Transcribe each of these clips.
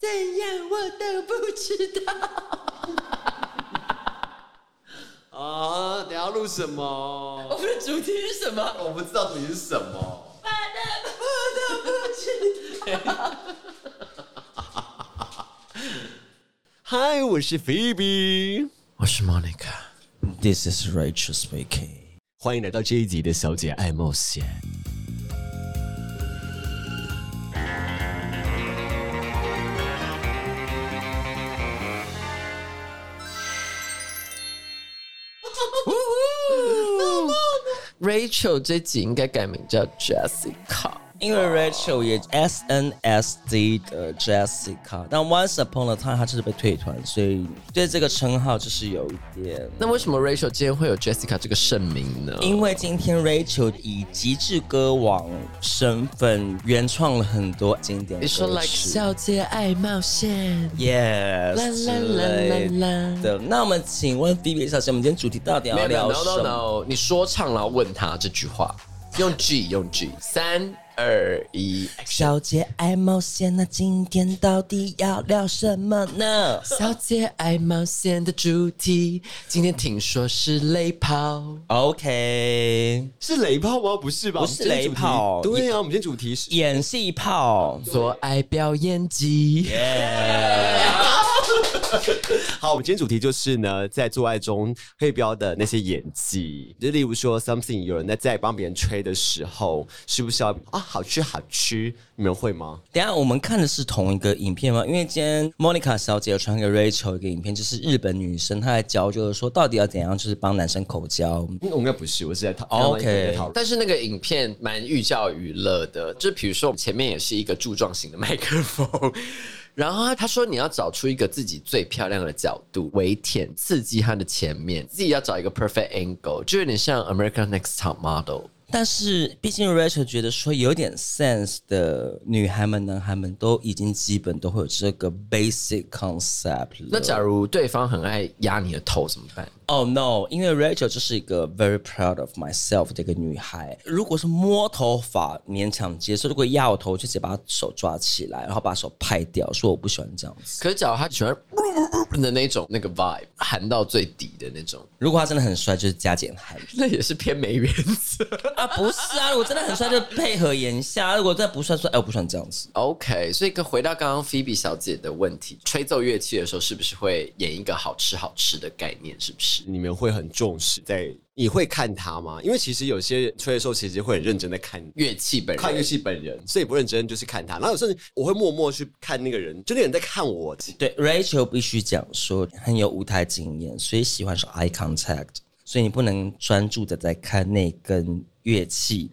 怎样我都不知道。 啊，等下录什么？我们的主题是什么？我不知道主题是什么。反正我都不知道。 嗨，我是菲比，我是 Monica。This is Rachel speaking。欢迎来到这一集的《小姐爱冒险》。 哦 Rachel 这集应该改名叫 Jessica。因为 Rachel 也 SNSD 的 Jessica，但 Once Upon a Time 她就是被退团，所以对这个称号就是有一点。那为什么 Rachel 今天会有 Jessica 这个盛名呢？因为今天 Rachel 以极致歌王身份原创了很多经典歌曲。你说 like 小姐爱冒险。 Yes，啦啦啦啦啦的。那我们请问 B B 小姐，我们今天主题到底要没有没有聊 no 什 no 么？ no，你说唱然后问他这句话，用 G 用 G，三二一。小姐爱冒险，那今天到底要聊什么呢？小姐爱冒险的主题，今天听说是雷炮。 OK，是雷炮吗？不是吧？不是我们今天主题雷炮对呀、啊，我们今天主题是演戏炮，做爱表演机，好，我们今天主题就是呢，在做爱中会标的那些演技，就例如说 something 有人在在帮别人吹的时候，是不是要啊好吃好吃？你们会吗？等一下我们看的是同一个影片吗？因为今天 Monica 小姐有传给 Rachel 一个影片，就是日本女生她在教，就是说到底要怎样，就是帮男生口交。嗯我应该不是，我是在讨哦刚刚在讨论但是那个影片蛮寓教于乐的，就比如说我们前面也是一个柱状型的麦克风， 然后他说你要找出一个自己最漂亮的角度，微舔刺激他的前面，自己要找一个 perfect angle，就有点像 American Next Top Model。但是毕竟 Rachel 觉得说有点 sense 的女孩们、男孩们都已经基本都会有这个 basic concept 了。那假如对方很爱压你的头怎么办？ Oh no！因为 Rachel 就是一个 very proud of myself 的一个女孩。如果是摸头发勉强接受，如果压我头，就直接把手抓起来，然后把手拍掉，说我不喜欢这样子。可是假如他喜欢 的那种那个 vibe，含到最底的那种，如果他真的很帅，就是加减韩那也是偏没原则。啊，不是啊，如果真的很帅，就配合眼下；如果真的不帅，说哎，我不喜欢这样子。 OK，所以跟回到刚刚 Phoebe 小姐的问题，吹奏乐器的时候是不是会演一个好吃好吃的概念？是不是？你们会很重视在，你会看他吗？因为其实有些人吹的时候，其实会很认真在看乐器本看乐人，器本人，所以不认真就是看他。然后有时候我会默默去看那个人，就那个人在看我。Oh 对，Rachel 必须讲说很有舞台经验，所以喜欢是 eye contact，所以你不能专注的在看那根乐器。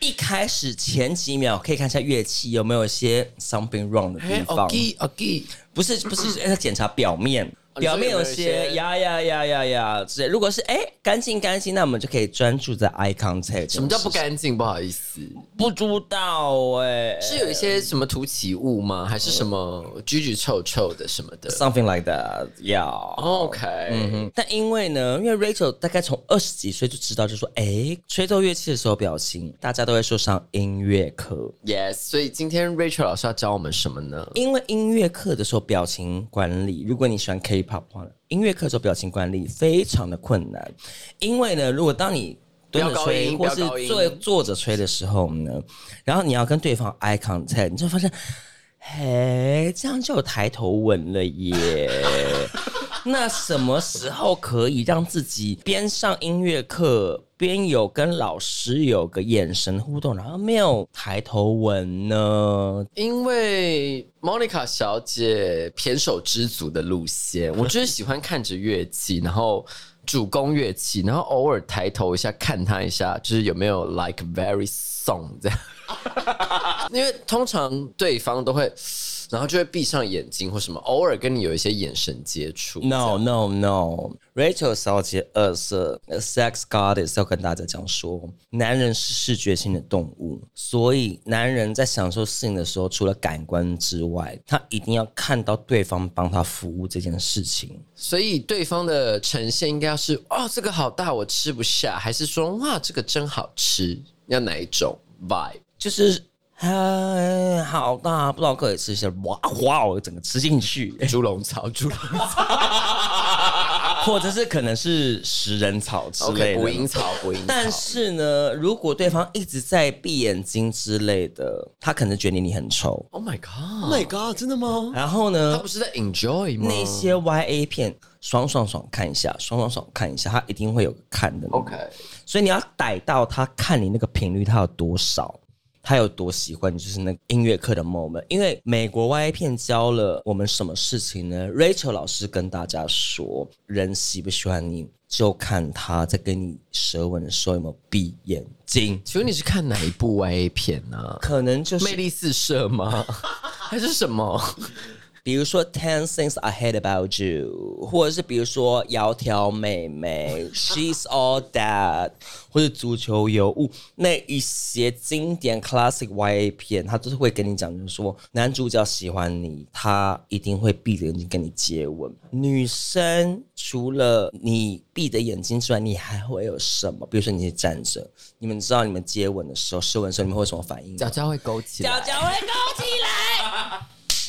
一开始前几秒可以看一下乐器有没有一些 something wrong 的地哎方， ，OK OK，不是不是要检查表面，哦表面有你说有没有一些些呀呀呀呀呀之类。如果是哎干净干净，那我们就可以专注在 eye contact。什么叫不？干净？不好意思，不知道哎、是有一些什么凸起物吗？还是什么居居臭臭的什么的 something like that，yeah。 ？OK，嗯但因为呢，因为 Rachel 大概从二十几岁就知道，就说，哎、吹奏乐器的时候表情，大家都会说上音乐课， Yes，所以今天 Rachel 老师要教我们什么呢？因为音乐课的时候表情管理，如果你喜欢 K-pop 的话，音乐课的时候表情管理非常的困难，因为呢，如果当你蹲着飙高吹，音或飙高是音坐坐着吹的时候呢，然后你要跟对方 eye contact，你就发现，嘿，这样就有抬头纹了耶。 那什么时候可以让自己边上音乐课边有跟老师有个眼神互动，然后没有抬头纹呢？因为 Monica 小姐偏手知足的路线，我就是喜欢看着乐器，然后主攻乐器，然后偶尔抬头一下看她一下，就是有没有 like very song 这样。因为通常对方都会，然后就会闭上眼睛或什么，偶尔跟你有一些眼神接触。 No no no。Rachel 小姐二色呃 Sex Goddess 要跟大家讲说，男人是视觉性的动物，所以男人在享受性的时候，除了感官之外，他一定要看到对方帮他服务这件事情。所以对方的呈现应该要是哦，这个好大，我吃不下，还是说哇，这个真好吃，要哪一种 vibe？就是哎，好大，不知道可以吃些，哇哇，我整个吃进去，猪笼草，猪笼草或者是可能是食人草之，OK，类的。捕蝇草，捕蝇草。但是呢，如果对方一直在闭眼睛之类的，他可能觉得你很丑。 ，Oh my God， Oh my god，真的吗？然后他呢不，是在 enjoy 吗那些 YA 片，爽爽爽看一下，爽爽爽看一下，他一定会有个看的。 ？OK，所以你要逮到他看你那个频率，他有多少，他有多喜欢，你，就是那个音乐课的 moment。因为美国 YA 片教了我们什么事情呢？Rachel 老师跟大家说，人喜不喜欢你，就看他在跟你舌吻的时候有没有闭眼睛。请问你是看哪一部 YA 片呢、 可能就是魅力四射 吗？还是什么？比如说 Ten Things I Hate About You，或者是比如说窈窕妹妹 She's All That，或者足球尤物那一些经典 classic YA 片，他都是会跟你讲，就是说男主角喜欢你，他一定会闭着眼睛跟你接吻。女生除了你闭着眼睛之外，你还会有什么？比如说你是站着，你们知道你们接吻的时候、舌吻的时候，你们会有什么反应吗？脚脚会勾起来。脚会勾起来。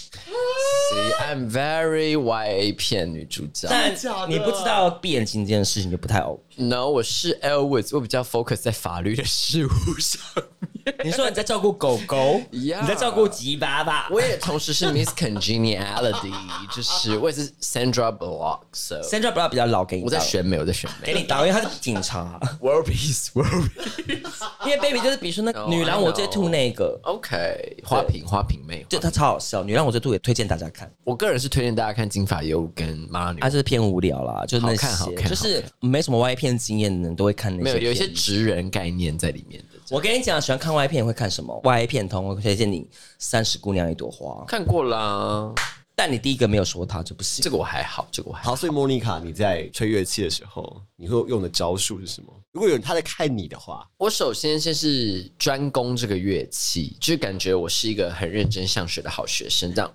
See, I'm very YA 片女主角。但你不知道闭眼睛这件事情就不太 OK。 No，我是 Elwood，我比较 focus 在法律的事物上面。你说你在照顾狗狗 Yeah 你在照顾吉爸爸，我也同时是 Miss Congeniality，就是我也是 Sandra Bullock，so Sandra Block 比较老，给你我在当选美，我在选给美。你当，因为他是 警察。 World Peace，World Peace。因为 Baby 就是比如说那 No, 女郎我最吐那个， OK，花瓶，花瓶妹。就他超好笑。女郎我最吐也推荐大家看，我个人是推荐大家看《金发尤物》跟《妈妈女他、》，就是偏无聊啦，就是那些好看好看就是没什么歪片经验的人都会看那些。没有有一些。职人概念在里面的。我跟你讲，喜欢看歪片会看什么？歪片通我推荐你《三十姑娘一朵花》，看过啦，但你第一个没有说她就不行这。个我还好，这个我还好。好，所以莫妮卡，你在吹乐器的时候，你会用的招数是什么？如果有人他在看你的话，我首先先是专攻这个乐器，就是感觉我是一个很认真上学的好学生，这样。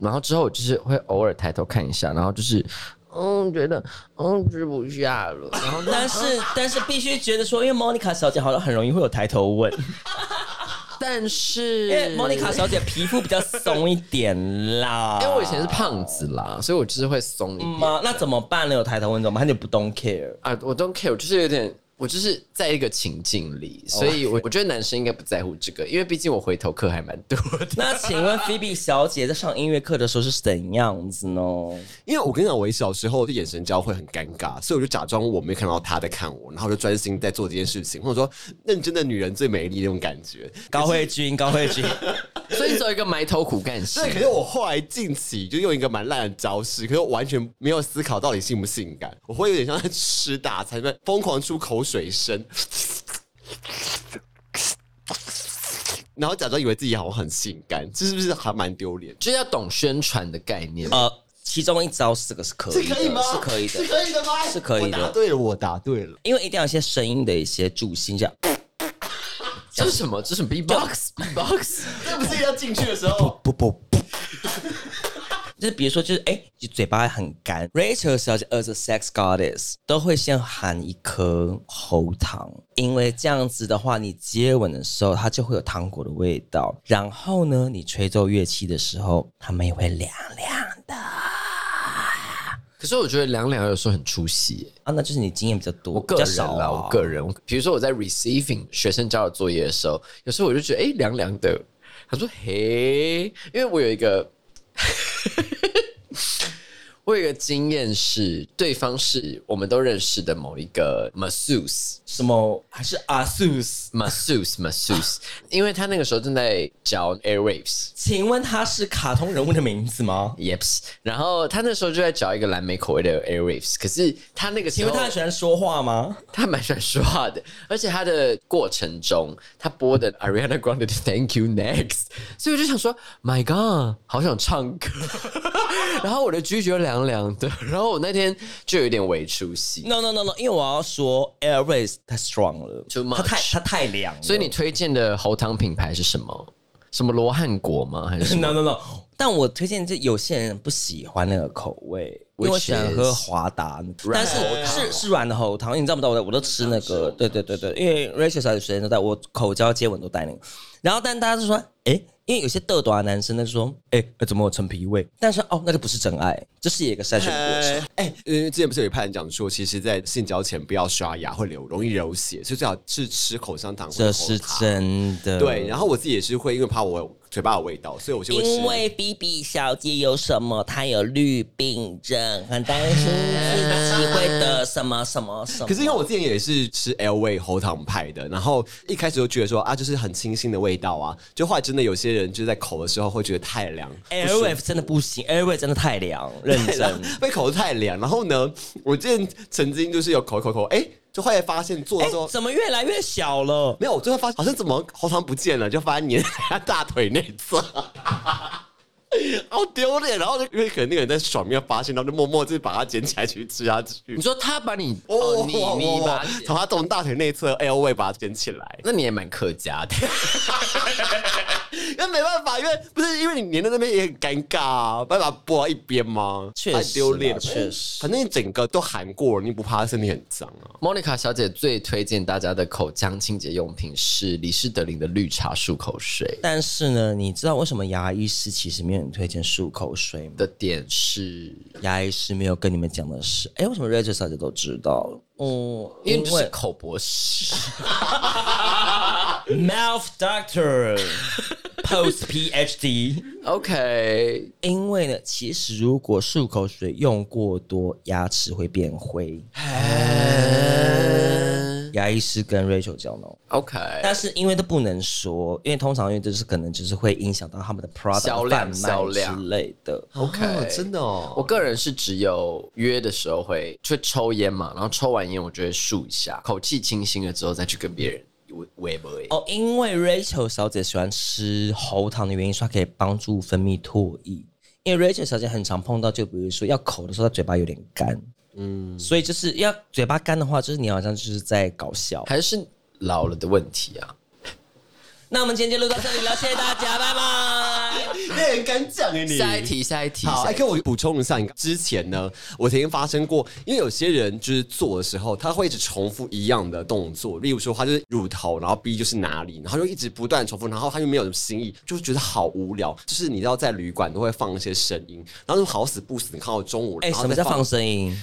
然后之后我就是会偶尔抬头看一下，然后就是嗯，觉得嗯吃不下了，然后但是但是必须觉得说，因为 Monica 小姐好像很容易会有抬头纹，但因为是 Monica 小姐皮肤比较松一点啦。哎因为我以前是胖子啦，所以我就是会松一点。妈，那怎么办呢？有抬头纹怎么办？你不 don't care？啊，我 don't care，我就是有点，我就是在一个情境里，所哦以我我觉得男生应该不在乎这个，因为毕竟我回头客还蛮多的。 那请问 Phoebe 小姐在上音乐课的时候是怎样子呢？因为我跟你讲，我小时候就眼神交汇很尴尬，所以我就假装我没看到他在看我，然后我就专心在做这件事情，或者说认真的女人最美丽那种感觉。高慧君，高 慧君，所以做一个埋头苦干型对，，可是我后来近期就用一个蛮烂的招式，可是我完全没有思考到底性不性感，我会有点像在吃大餐，在疯狂出口水声，然后假装以为自己好像很性感，这是不是还蛮丢脸？就是要懂宣传的概念。哦呃，其中一招这个是可这以的，可以吗？是可以是的，可以的吗？是可以的我答对了，我答对了。因为一定要有一些声音的一些助兴，这样这是什么？这是什么 B-box？B-box？ 这不是要进去的时候，不不不。就是比如说，就是哎、你嘴巴很干。Rachel 小姐 as a sex goddess 都会先含一颗喉糖，因为这样子的话，你接吻的时候它就会有糖果的味道。然后呢，你吹奏乐器的时候，它们也会凉凉的可是我觉得凉凉有时候很出戏耶，啊。那就是你经验比较多，我个比较人少啊啦，我个人，比如说我在 receiving 学生交的作业的时候，有时候我就觉得哎凉凉的，他说嘿，因为我有一个。 我有一个经验是，对方是我们都认识的某一个 masseuse，什么还是 Asus。 masseuse masseuse，因 为他那个时候正在教 airwaves，请问它是卡通人物的名字吗？ Yeps，然后他那时候就在找一个蓝莓口味的 Airwaves，可是他那个时请候问他很喜欢说话吗？他蛮喜欢说话的，而且他的过程中他播的 Ariana Grande 的 Thank You Next，所以我就想说 My God，好想唱歌， 然后我的咀嚼凉凉的，然后我那天就有点微出戏， No no no no，因为我要说 Airways 太 strong 了 Too much 它太它太凉了，所以你推荐的喉糖品牌是什么？什么罗汉果吗？还是什么 no no no，但我推荐这有些人不喜欢那个口味，因为我喜 Which 欢喝 is- 华达，软但喉是是是软的喉糖，你知道不知道？我我都吃那个，对对对对，因为 Rachel 小姐随身都带，我口交接吻都带那个。然后，但大家就说，哎，因为有些豆豆啊男生他就说，哎，怎么有陈皮味？但是哦，那就不是真爱，这是一个筛选过程。哎，因为之前不是有一派人讲说，其实，在性交前不要刷牙，会流容易流血，所以最好是吃口香糖或者这喉是糖真的。对，然后我自己也是会，因为怕我有嘴巴有味道，所以我就会吃。因为 B B 小姐有什么？她有绿病症，很担心自己会得什么什么什么。可是因为我之前也是吃 L 味喉糖派的，然后一开始就觉得说啊，就是很清新的味道啊，就后来真的有些人就是在口的时候会觉得太凉， Airwave 真的不行，Airwave 真的太凉，认真。被口得太凉。然后呢，我之前曾经就是有口一口口，哎、就后来发现做哎到之后，怎么越来越小了？没有，我最后发现好像怎么喉糖不见了，就发现粘在他 大腿内侧，好丢脸。然后就因为可能那个人在爽面发现，然后就默默就把它捡起来去吃下去你。说他把你哦哦，，你你把它从他从大腿内侧 L 位把它捡起来，那你也蛮客家的， 因为没办法，因为不是因为你粘在那边也很尴尬啊，办法拨到一边吗？确实啊太丢脸了，确实反正你整个都含过了，你不怕他身体很脏啊？ Monica 小姐最推荐大家的口腔清洁用品是李施德林的绿茶漱口水但是呢，你知道为什么牙医师其实没有人推荐漱口水吗？的点是，牙医师没有跟你们讲的是，哎，为什么 Rachel 小姐都知道了？嗯，因为你就是口博士， Mouth Doctor Post PhD。 OK，因为呢，其实如果漱口水用过多，牙齿会变灰。哎牙医师跟 Rachel 哦交流， OK，但是因为都不能说，因为通常因为就是可能就是会影响到他们的 product 销量贩卖销量之类的。 OK 哦真的我哦，个人是只有约的时候会去抽烟嘛，然后抽完烟我就会漱一下，口气清新了之后再去跟别人喂喂不喂。哦，因为 Rachel 小姐喜欢吃喉糖的原因，说它可以帮助分泌唾液。因为 Rachel 小姐很常碰到，就比如说要口的时候，她嘴巴有点干，嗯，所以就是要嘴巴干的话，就是你好像就是在搞 笑。还是老了的问题啊。那我们今天就录到这里了，谢谢大家，拜拜。你很敢讲哎你。下一题，下一题。好，下哎，一题可我补充一下，你之前呢，我曾经发生过，因为有些人就是做的时候，他会一直重复一样的动作，例如说他就是乳头，然后 B 就是哪里，然后就一直不断重复，然后他又没有新意，就觉得好无聊。就是你知道，在旅馆都会放一些声音，然后就好死不死，你看到中午，哎、然后什么再叫放声音？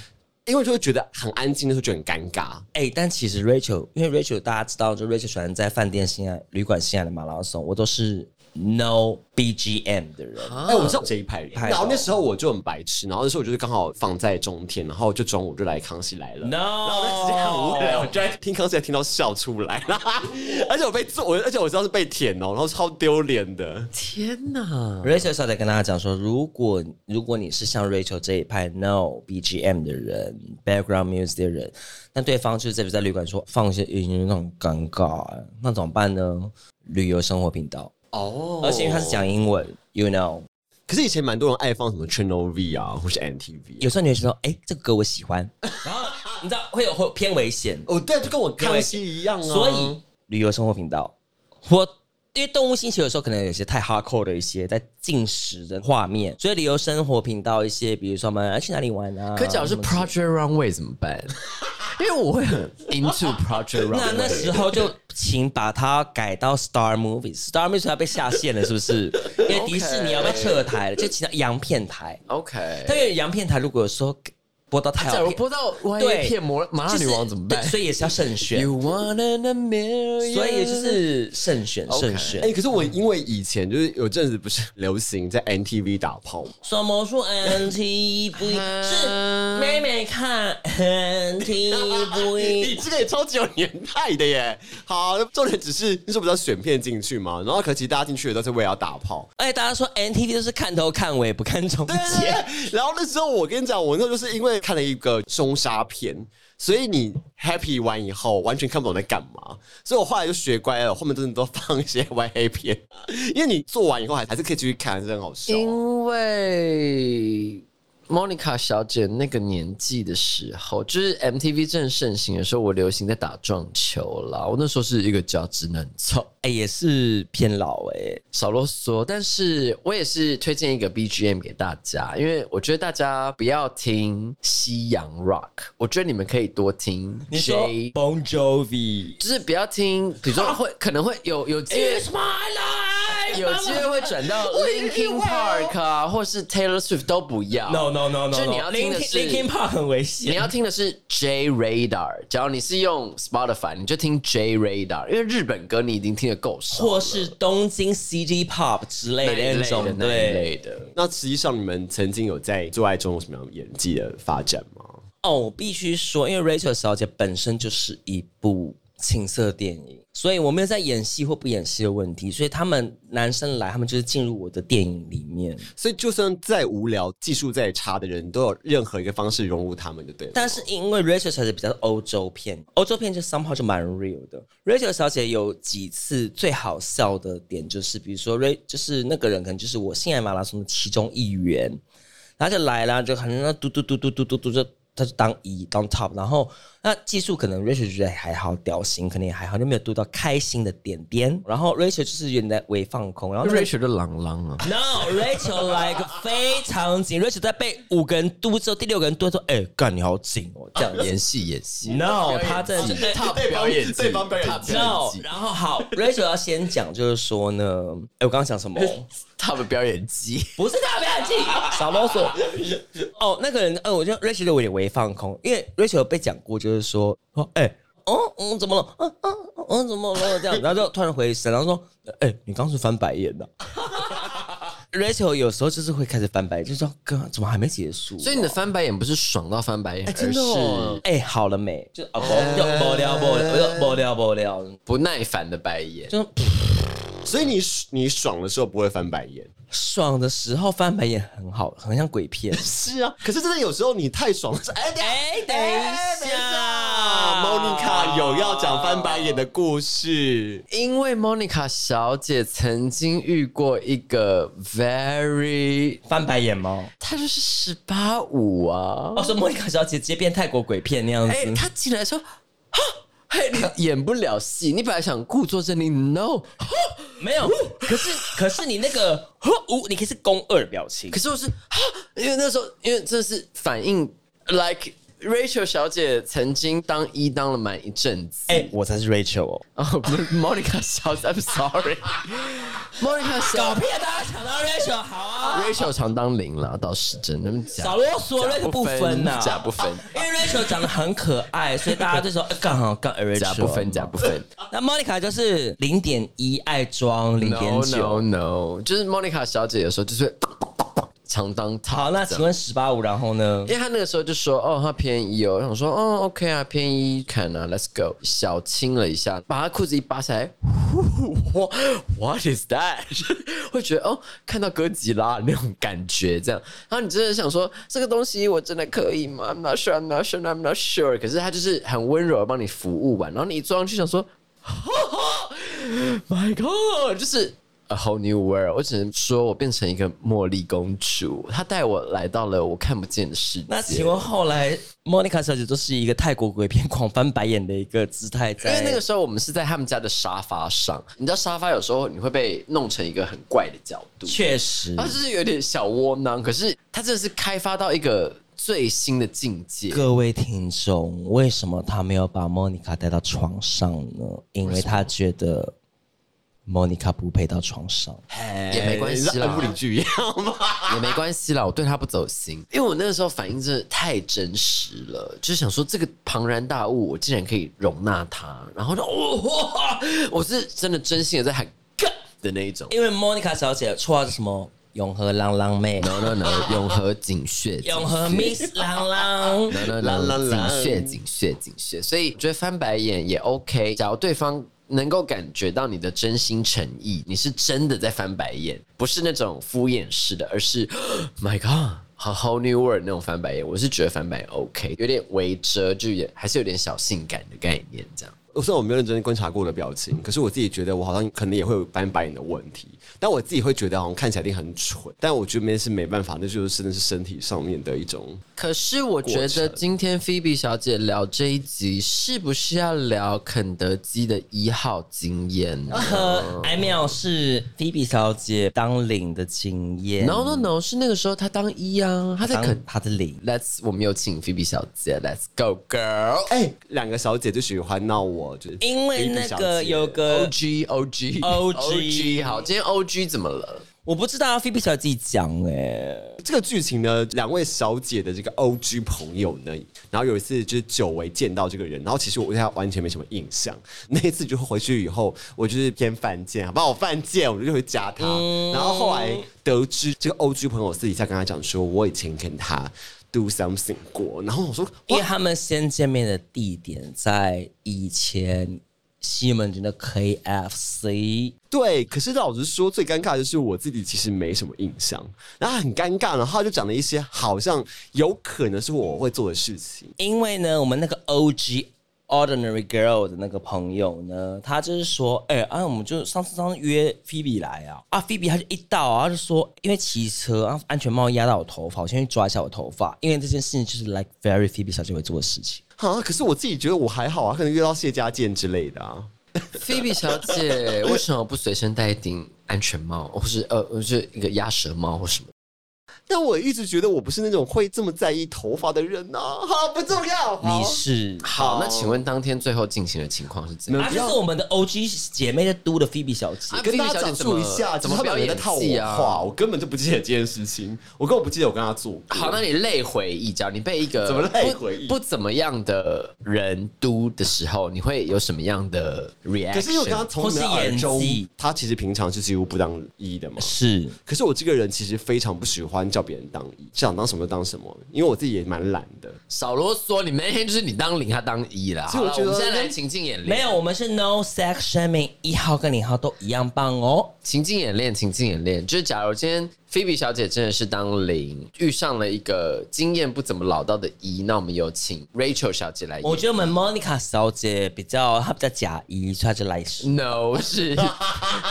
因为就会觉得很安静的时候就很尴尬。哎、但其实 Rachel，因为 Rachel 大家知道，就 Rachel 喜欢在饭店性爱、旅馆性爱的马拉松，我都是 no BGM 的人。哎、我知道这一派人，派的然后那时候我就很白痴，然后那时候我就是刚好放在中天，然后就中午就来康熙来了。 时间很无聊，我 No，居然听康熙来听到笑出来， 而且我被揍，我而且我知道是被舔哦，然后超丢脸的。天哪！ Rachel 小姐跟大家讲说，如果如果你是像 Rachel 这一派 no BGM 的人，background music 的人，那对方就是在在旅馆说放一些音乐，那种尴尬、那怎么办呢？旅游生活频道，哦而且因为他是讲英文，you know，可是以前蛮多人爱放什么 Channel V 啊，或是 NTV 有。时候你会说，哎、这个歌我喜欢，然后你知道会有会有偏危险，哦，对，就跟我康熙一样啊。所以旅游生活频道，哦我因为动物性奇有时候可能有些太 hardcore 的一些在进食的画面，所以旅游生活频道一些，比如说我们啊去哪里玩啊，可假如是什么之类的 Project Runway 怎么 办？因为我会很 into Project 那 Runway。那时候就请把它改到 Star Movies，Star Movies 要被下线了，是不 是？因为迪士尼要被撤台了，就请到洋片台。但 OK，是洋片台如果说播到太假好如片，播到万一对骗魔麻辣就是女王怎么办对所以也是要慎选， ？You want an a million？所以就是慎选 OK 慎选哎、。可是我因为以前就是有阵子不是流行在 NTV 打炮吗？什么说 NTV 是妹妹看 NTV， 你这个也超级有年代的耶。好，重点只是那时候不是要选片进去嘛，然后可其实大家进去也都是为了要打炮。而哎且大家说 NTV 都是看头看尾不看中对间。 然后那时候我跟你讲，我那时候就是因为看了一个凶杀片，所以你 happy 完以后完全看不懂在干嘛，所以我后来就学乖了，后面真的都放一些歪黑片，因为你做完以后还还是可以继续看，还是很好笑。因为 Monica 小姐那个年纪的时候，就是 MTV 正盛行的时候，我流行在打撞球啦。我那时候是一个脚趾能操，哎、也是偏老哎、少啰嗦。但是我也是推荐一个 BGM 给大家，因为我觉得大家不要听西洋 rock，我觉得你们可以多听你说 J， Bon Jovi，就是不要听，比如说会可能会有有机 会 my life，有机会会转到 Linkin Park 啊，或是 Taylor Swift 都不要。 No no no no，就你要听的是 Linkin Park 很危你险。要听的是 J Radar，只要你是用 Spotify，你就听 J Radar，因为日本歌你已经听得够少了，或是东京 CG Pop 之类那一类的那种，那一对类的。那实际上你们曾经有在做爱中有什么样的演技的发展吗？哦，我必须说，因为 Rachel 小姐本身就是一部情色电影，所以我没有在演戏或不演戏的问题，所以他们男生来，他们就是进入我的电影里面。所以就算再无聊、技术再差的人，都有任何一个方式融入他们，就对了。但是因为 Rachel 小姐比较欧洲片，欧洲片就 somehow 就蛮 real 的。Rachel 小姐有几次最好笑的点就是，比如说 Ray 就是那个人可能就是我性爱马拉松的其中一员，然后就来了，就可能那嘟嘟嘟嘟嘟嘟嘟就。他就当一当 top，然后那技术可能 Rachel 觉得还好，屌型可能也还好，就没有嘟到开心的点点。然后 Rachel 就是有点在微放空，然后那个 Rachel 的郎朗啊， No, Rachel like 非常紧，Rachel 在被五个人嘟之后，第六个人嘟说：“哎、干你好紧哦。”这样演戏演戏， No，他哦在这个 top 对方对方表演 top 表 No，演技然后好，Rachel 要先讲，就是说呢，哎、我刚刚讲什么？ ，top 表演技，不是他不要紧，少啰嗦。哦，那个人，呃，我觉得 Rachel 有点微放空，因为 Rachel 有被讲过，就是说，说，哎、哦，嗯，怎么了？嗯嗯嗯，怎么了？这样，然后就突然回神，然后说，哎、你刚是翻白眼的。Rachel 有时候就是会开始翻白眼，就说，哥，怎么还没结束、啊所以你的翻白眼不是爽到翻白眼，而真的哦是哎、好了没？就啊，不要不聊不聊不聊不聊，不耐烦的白眼。就是嗯所以你你爽的时候不会翻白眼，爽的时候翻白眼很好，很像鬼片。是啊。可是真的有时候你太爽了，是哎哎、等一下啊，Monica 有要讲翻白眼的故事。因为 Monica 小姐曾经遇过一个 very，翻白眼吗？她就是十八五啊，哦，说莫妮卡小姐直接变泰国鬼片那样子。哎、他进来说，哈，嘿，你 演不了戏，你本来想故作镇定，no，没有，可是可是你那个呵呜，你可以是宫二表情可。是我是哈，因为那时候，因为这是反应，like Rachel 小姐曾经当一当了满一阵子， 哎、我才是 Rachel 哦。哦，不是 Monica 小姐，I'm sorry，Monica 小搞屁啊！大家抢到 Rachel 好啊， Rachel 常当零了，倒是真的，那么少假啰嗦，Rachel 不分呐、假不分，因为 Rachel 长得很可爱，所以大家就说哎干好干 Rachel。假不 分，假不分。那 Monica 就是零点哦 一爱装，零点 No 九 no。no，就是 Monica 小姐有时候就是 会常当她好，那请问十八五，然后呢因？为他那个时候就说，哦，他偏一哦，我想说，哦，OK 啊，偏一看啊，Let's go，小亲了一下，把他裤子一扒下来 哇 What is that？会 觉得哦，看到哥吉拉那种感觉，这样，然后你真的想说，这个东西我真的可以吗？I'm not sure, I'm not sure, I'm not sure。可是他就是很温柔的帮你服务完，然后你一坐上去想说，My God，就是。A whole new world，我只能说我变成一个茉莉公主，她带我来到了我看不见的世界。那请问后来 Monica 小姐就是一个泰国鬼片狂翻白眼的一个姿态因在，为那个时候我们是在他们家的沙发上，你知道沙发有时候你会被弄成一个很怪的角度，确实它就是有点小窝囊，可是它真的是开发到一个最新的境界。各位听众，为什么他没有把 Monica 带到床上呢？因为他觉得 Monica 不配到床上。也没关系啦跟不理 剧一样吗？也没关系啦，我对他不走心，因为我那个时候反应真的太真实了，就是想说这个庞然大物，我竟然可以容纳它，然后就哦，哇我是真的真心的在喊干的那一种。因为 Monica 小姐绰号是什么？永和郎郎妹， No no no，永呃和警穴，永和 Miss 郎郎。啦啦啦啦啦啦，啦警血警血警血，所以我觉得翻白眼也 OK。假如对方能够感觉到你的真心诚意，你是真的在翻白眼，不是那种敷衍式的，而是 My God。好 whole new world 那种翻白眼，我是觉得翻白眼 OK，有点微遮，就也还是有点小性感的概念这样。我虽然我没有认真观察过我的表情，可是我自己觉得我好像可能也会有翻白眼的问题，但我自己会觉得好像看起来一定很蠢，但我觉得没是没办法，那就是真的是身体上面的一种。可是我觉得今天菲比小姐聊这一集，是不是要聊肯德基的一号经验 呢艾妙是菲比小姐当领的经验， ？No No No，是那个时候她当一啊，她在肯当她的领。 Let's，我们有请菲比小姐，Let's go girl。哎、两个小姐就喜欢闹我，就是因为那 Baby 小个姐有个 O G O G OG 好，今天 O G 怎么了？我不知道菲比小姐自己讲哎、这个剧情呢，两位小姐的这个 O G 朋友呢，然后有一次就是久违见到这个人，然后其实我对他完全没什么印象。那一次就回去以后，我就是偏犯贱，好不好？我犯贱，我就会加他。然后后来得知这个 O G 朋友私底下跟他讲说，我以前跟他 do something 过，然后我说，哦因为他们先见面的地点在以前西门町的 KFC，对，可是老实说，最尴尬的就是我自己其实没什么印象，然后很尴尬，然后他就讲了一些好像有可能是我会做的事情。因为呢，我们那个 OG Ordinary Girl 的那个朋友呢，他就是说，哎、啊，我们就上次上次约菲比来啊，啊，菲比他就一到啊，他就说，因为骑车啊，安全帽压到我头发，我先去抓一下我头发，因为这件事情就是 like very 菲比小姐会做的事情。啊，可是我自己觉得我还好啊，可能遇到谢家健之类的啊。菲比小 姐为什么不随身带一顶安全帽，或是呃，或是一个鸭舌帽或什么？但我一直觉得我不是那种会这么在意头发的人呐、啊。好，不重要。你好是好，嗯那请问当天最后进行的情况是怎样？啊，就是我们的 OG 姐妹在嘟的菲比小姐。啊跟大家菲比小姐讲怎么述一下，怎么就是他们有人在套表演技我啊话，我根本就不记得这件事情，我根本不记得我跟他做过。好，那你累回忆，假如你被一个怎么累回忆不不怎么样的人嘟的时候，你会有什么样的 reaction？可是因为我刚刚从你的或是演耳中技，他其实平常是几乎不当一的嘛。是可是我这个人其实非常不喜欢叫别人当一，想当什么就当什么，因为我自己也蛮懒的。少啰嗦，你们那天就是你当零，他当一啦。所好以了，我我觉得们现在来情境演练，没有，我们是 no sex shaming，一号跟零号都一样棒哦。情境演练，情境演练，就是假如今天菲比小姐真的是当零，遇上了一个经验不怎么老道的一，那我们有请 Rachel 小姐来演。我觉得我们 Monica 小姐比较，她比较假一，所以她就来十。 No 是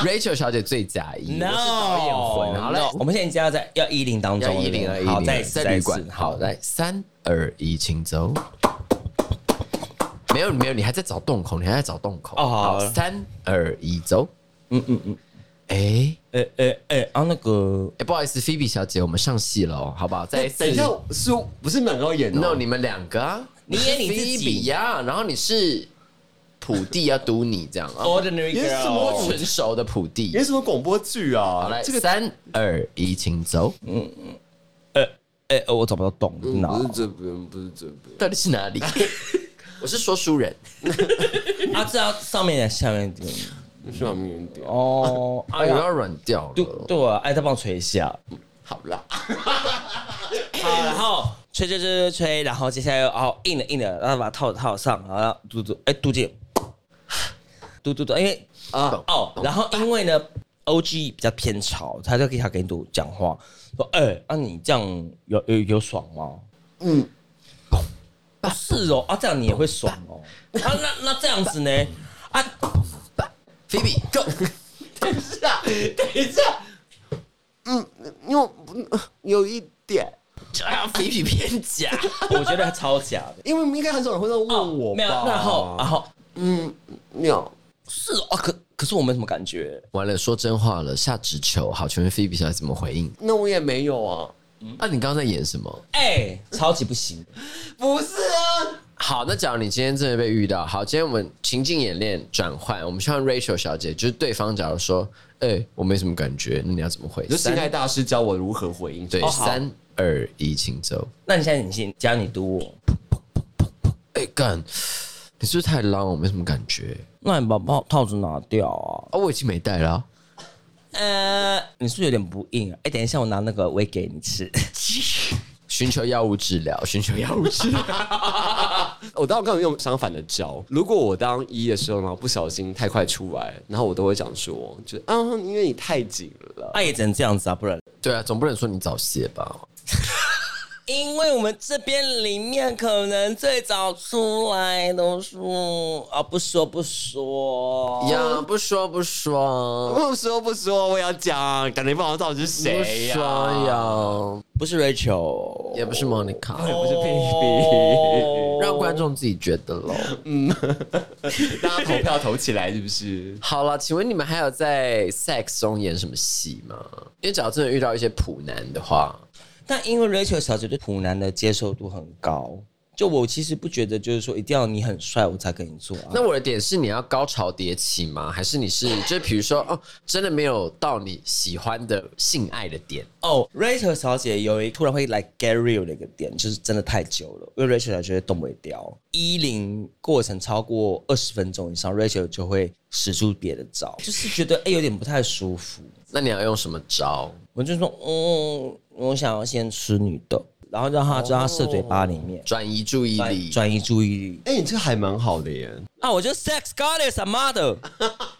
Rachel 小姐最假一 No，我是导演魂。好 no，来，我们现在要在要一零当要中，一零对二不一对好，零，再一次在再一旅次馆。好，来三二一，请走。没有没有，你还在找洞口，你还在找洞口。哦好好，三二一，走。嗯嗯嗯，哎、诶诶诶，啊那个哎、不好意思，菲比小姐，我们上戏了哦，好不好？再一次等一下，是不是两个演的、哦，no，你们两个、啊，你演你是自己菲比呀、然后你是普弟要读你这样啊， ordinary 也是什么 girl，纯熟的普弟演。什么广播剧啊？好，来，这个三二一，请走。诶，呃我找不到洞，哪？这边，不是这边。 到底是哪里？ 我是说书人。嗯啊，这要上面一点，下面一点。上面一 点。哦，啊，哎有呀，要软掉对了。对啊，哎，再帮我捶一下。好啦，好，然后吹吹吹吹吹，然后接下来又哦硬的硬的，然后把套子套上，然后嘟嘟哎嘟进，嘟嘟嘟，因为啊，哦，然后因为呢，O G 比较偏吵，他就可以他跟你读讲话，说哎、啊你这样有有有爽吗？嗯嗯。啊是哦，啊，这样你也会爽哦。啊，那那这样子呢？啊，菲比，Go！等一下，等一下，嗯，因为我不有一点，哎菲比偏假。我觉得他超假 的。因为应该很少人会这样问我吧？没有，然后然后嗯，没有，是哦，啊可可是我没什么感觉。 完了，说真话了，下直球。好，请问菲比小姐怎么回应？那我也没有啊。啊，你刚刚在演什么？哎、超级不行。不是啊，好，那假如你今天真的被遇到，好，今天我们情境演练转换，我们希望 Rachel 小姐，就是对方假如说，哎、我没什么感觉，那你要怎么回？就三性爱大师教我如何回应。对，哦好三二一，请走。那你现在你先，只要你读我，哎、干，你是不是太浪？我没什么感觉。那你把帽套子拿掉啊。哦，我已经没带了啊、呃，你是不是有点不硬啊？哎、等一下，我拿那个我也给你吃。寻求药物治 疗，寻求药物治疗。我当然跟我用相反的教。如果我当一的时候呢，不小心太快出来，然后我都会讲说，就是啊，因为你太紧了。哎啊，也只能这样子啊，不然对啊，总不能说你早泄吧？因为我们这边里面可能最早出来都是啊，不说不说，哦呀，不说不说，不说不说，我也要讲，感觉不好到底是不谁呀、说呀，不是 Rachel，也不是 Monica，不是 Phoebe 哦让观众自己觉得喽。嗯 大家投票投起来 是不是？ 好了，请问你们还有在 sex 中演什么戏吗？因为只要真的遇到一些普男的话，但因为 Rachel 小姐对普男的接受度很高，就我其实不觉得就是说一定要你很帅我才跟你做啊。那我的点是你要高潮迭起吗？还是你是就比如说哦，真的没有到你喜欢的性爱的点？哦、r a c h e l 小姐有一突然会来 get real 的一个点，就是真的太久了，因为 Rachel 小姐动不掉，一零过程超过二十分钟以上，Rachel 就会使出别的招，就是觉得哎、有点不太舒服。那你要用什么招？我就说，嗯，我想要先吃女的，然后让她知道她射嘴巴里面，转移哦注意转力？转移注意力。哎、你这还蛮好的耶。啊，我就 sex goddess 啊妈的，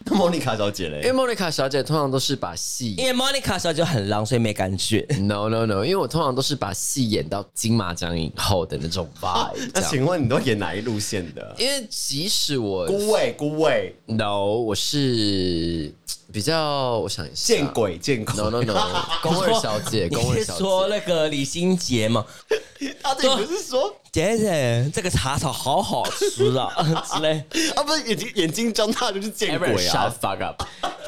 那 莫妮卡小姐因为嘞？莫妮卡小姐通常都是把戏因为 Monica 小姐很狼，所以没感 觉。 No no no，因为我通常都是把戏演到金马奖影后的那 种 vibe，这那样。请问你都演哪一路线的？因为即使我孤位，孤位， no，我是比较，我想一下，见鬼，见鬼！ no no no，宫二小姐，宫你二是小说姐，那个李心洁吗？他自己啊不是说姐姐，这个茶草好好吃啊 之类。啊，不是眼睛眼睛张大就是见 Everett, 鬼啊 shut！fuck up！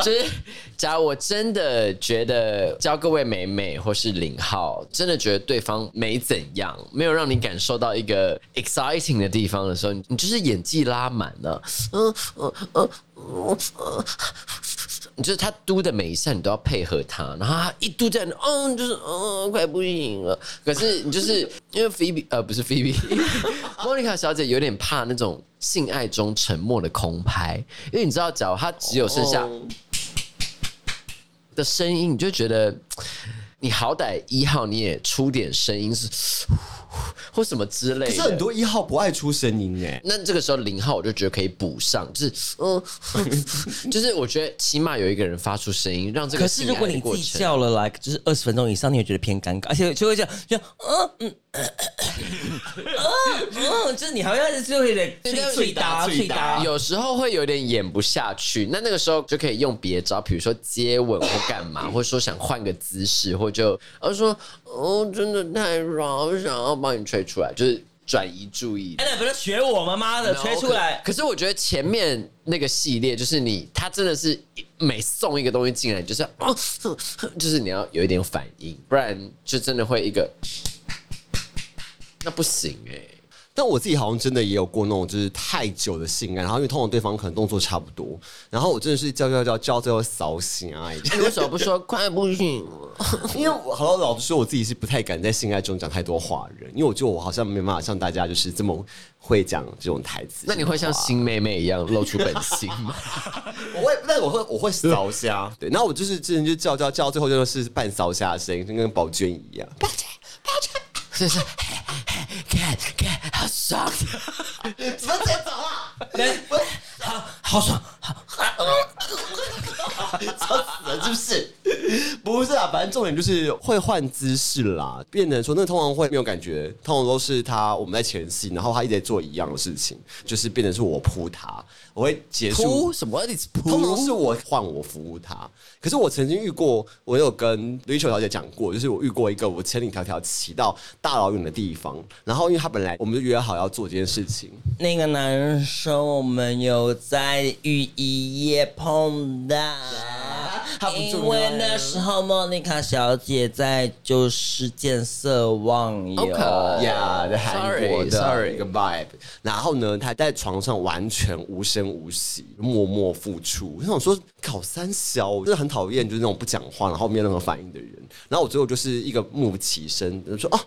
就是， 假如我真的觉得教各位美美或是零号，真的觉得对方没怎样，没有让你感受到一个 exciting 的地方的时候，你就是演技拉满了，嗯嗯嗯嗯嗯， 你就是他嘟的每一下，你都要配合他，然后他一嘟这样，嗯、你就是嗯，快不行了。可是你就是 因为菲比呃不是菲比， 莫妮卡小姐有点怕那种性爱中沉默的空拍，因为你知道，假如她只有剩下哦的声音，你就觉得你好歹一号你也出点声音是 或什么之类可是的很。多一号不爱出声音哎，那这个时候零号我就觉得可以补上，就是嗯， 就是我觉得起码有一个人发出声音，让这个可是性如爱果你的过自己程。叫了来，就是二十分钟以上，你会觉得偏尴尬，而且就会这样，就嗯嗯，嗯嗯，就是你好像是有点脆搭脆搭啊有时候会有点演不下去，那那个时候就可以用别招，比如说接吻或干 嘛，或者说想换个姿势，或就而说哦，真的太软，我想要帮你吹出来，就是转移注意力哎，。那不要学我妈妈的，吹出来。可是我觉得前面那个系列，就是你他真的是每送一个东西进来，就是 哦，就是你要有一点反应，不然就真的会一个，那不行哎、但我自己好像真的也有过那种就是太久的性爱，然后因为通常对方可能动作差不多，然后我真的是叫叫叫叫到最后扫兴啊！哎你为什么不说快不行？ 因为我好老实说，我自己是不太敢在性爱中讲太多话的人，因为我觉得我好像没办法像大家就是这么会讲这种台词。那你会像新妹妹一样露出本性 吗？我会，但我会我会扫虾。对，然后我就是之前就叫叫叫，最后就是半扫虾的声音，就跟宝娟一样。就是 看看好 爽，怎么才走啊？好好 爽，好吵死了，是不是？不是啊，反正重点就是会换姿势啦，变成说那通常会没有感觉，通常都是他我们在前戏，然后他一直在做一样的事情，就是变成是我扑他，我会结束扑什么？你通扑常是我换我服务他，可是我曾经遇过，我有跟 Rachel 小姐讲过，就是我遇过一个我千里迢迢骑到大老远的地方，然后因为他本来我们就约好要做这件事情，那个男生我们有在浴衣夜碰到，他不重要因为那时候莫妮卡小姐在就是建设忘友 OK 呀，在韩国的 Sorry，Sorry 一个 vibe。然后呢，他在床上完全无声无息，默默付出。我想说，搞三小，我真的很讨厌，就是那种不讲话，然后没有任何反应的人。然后我最后就是一个幕不起身，就说哦，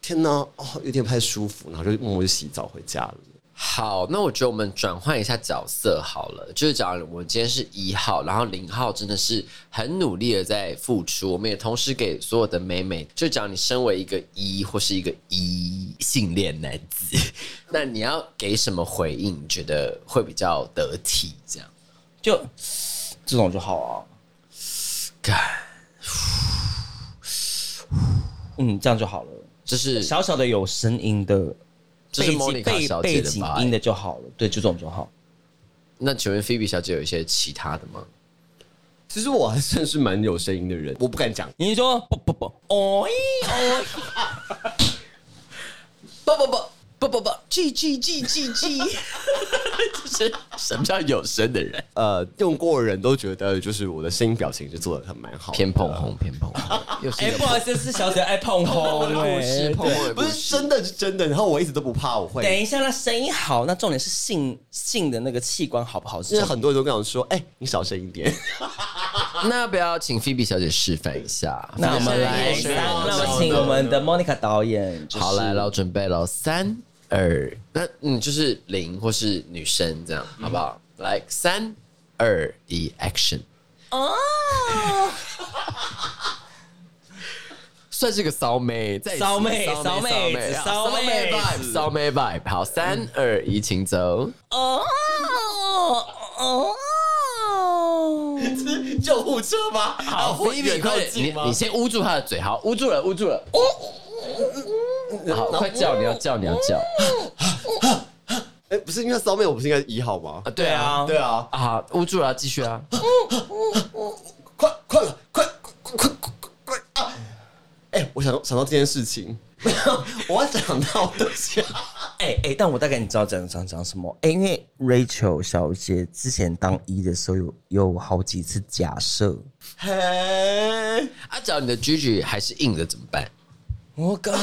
天哪，哦，有点不太舒服，然后就默默就洗澡回家了。好，那我觉得我们转换一下角色好了，就是讲我们今天是一号，然后零号真的是很努力的在付出，我们也同时给所有的美美，就讲你身为一个一或是一个一性恋男子，那你要给什么回应？你觉得会比较得体？这样，就 这种就好干啊，嗯，这样就好了。就是小小的有声音的，这是背景 Monica 背小姐背的景吧音的哎就好了，对，就这种就好。那请问菲比小姐有一些其他的吗？其实我还算是蛮有声音的人，我不敢讲。你说不不不，哦咦哦咦，不不不不不不，G G G G G，就是什么叫有声的人？呃，用过的人都觉得就是我的声音表情就做的很蛮好的，偏捧红，偏捧 红，又是一哎、个不好意思，是小姐爱 碰红哎、捧红的不故是事。真的是真的。然后我一直都不怕我会，等一下，那声音好，那重点是性性的那个器官好不好？就是是很多人都跟我说，哎、你小声一点。 那要不要请菲比小姐示范一下？那我们来，菲比小姐那我们请我们的 Monica 导演，就是好来了，准备了，三二，那嗯，就是零或是女生这样，嗯好不好？来，三二一，action！哦，算是个骚妹，再一次骚妹骚妹子骚骚妹妹 vibe，子骚妹 vibe。好，三二一，请走。哦哦哦，救护车吗？好菲比，哦快点，你你先捂住她的嘴，好，捂住了，捂住 了。好，快叫，你要叫，你要叫哎、不是因为骚妹，我不是应该一号吗啊！？对啊，对啊，啊，好捂住了，继续啊。快快快快快快快啊！哎、我想到想到这件事情， 我想到的是，哎、哎、但我大概你知道讲讲讲什么？哎、因为 Rachel 小姐之前当一的时候有有好几次假设，嘿，啊，只要你的 Gigi 还是硬的怎么办？我刚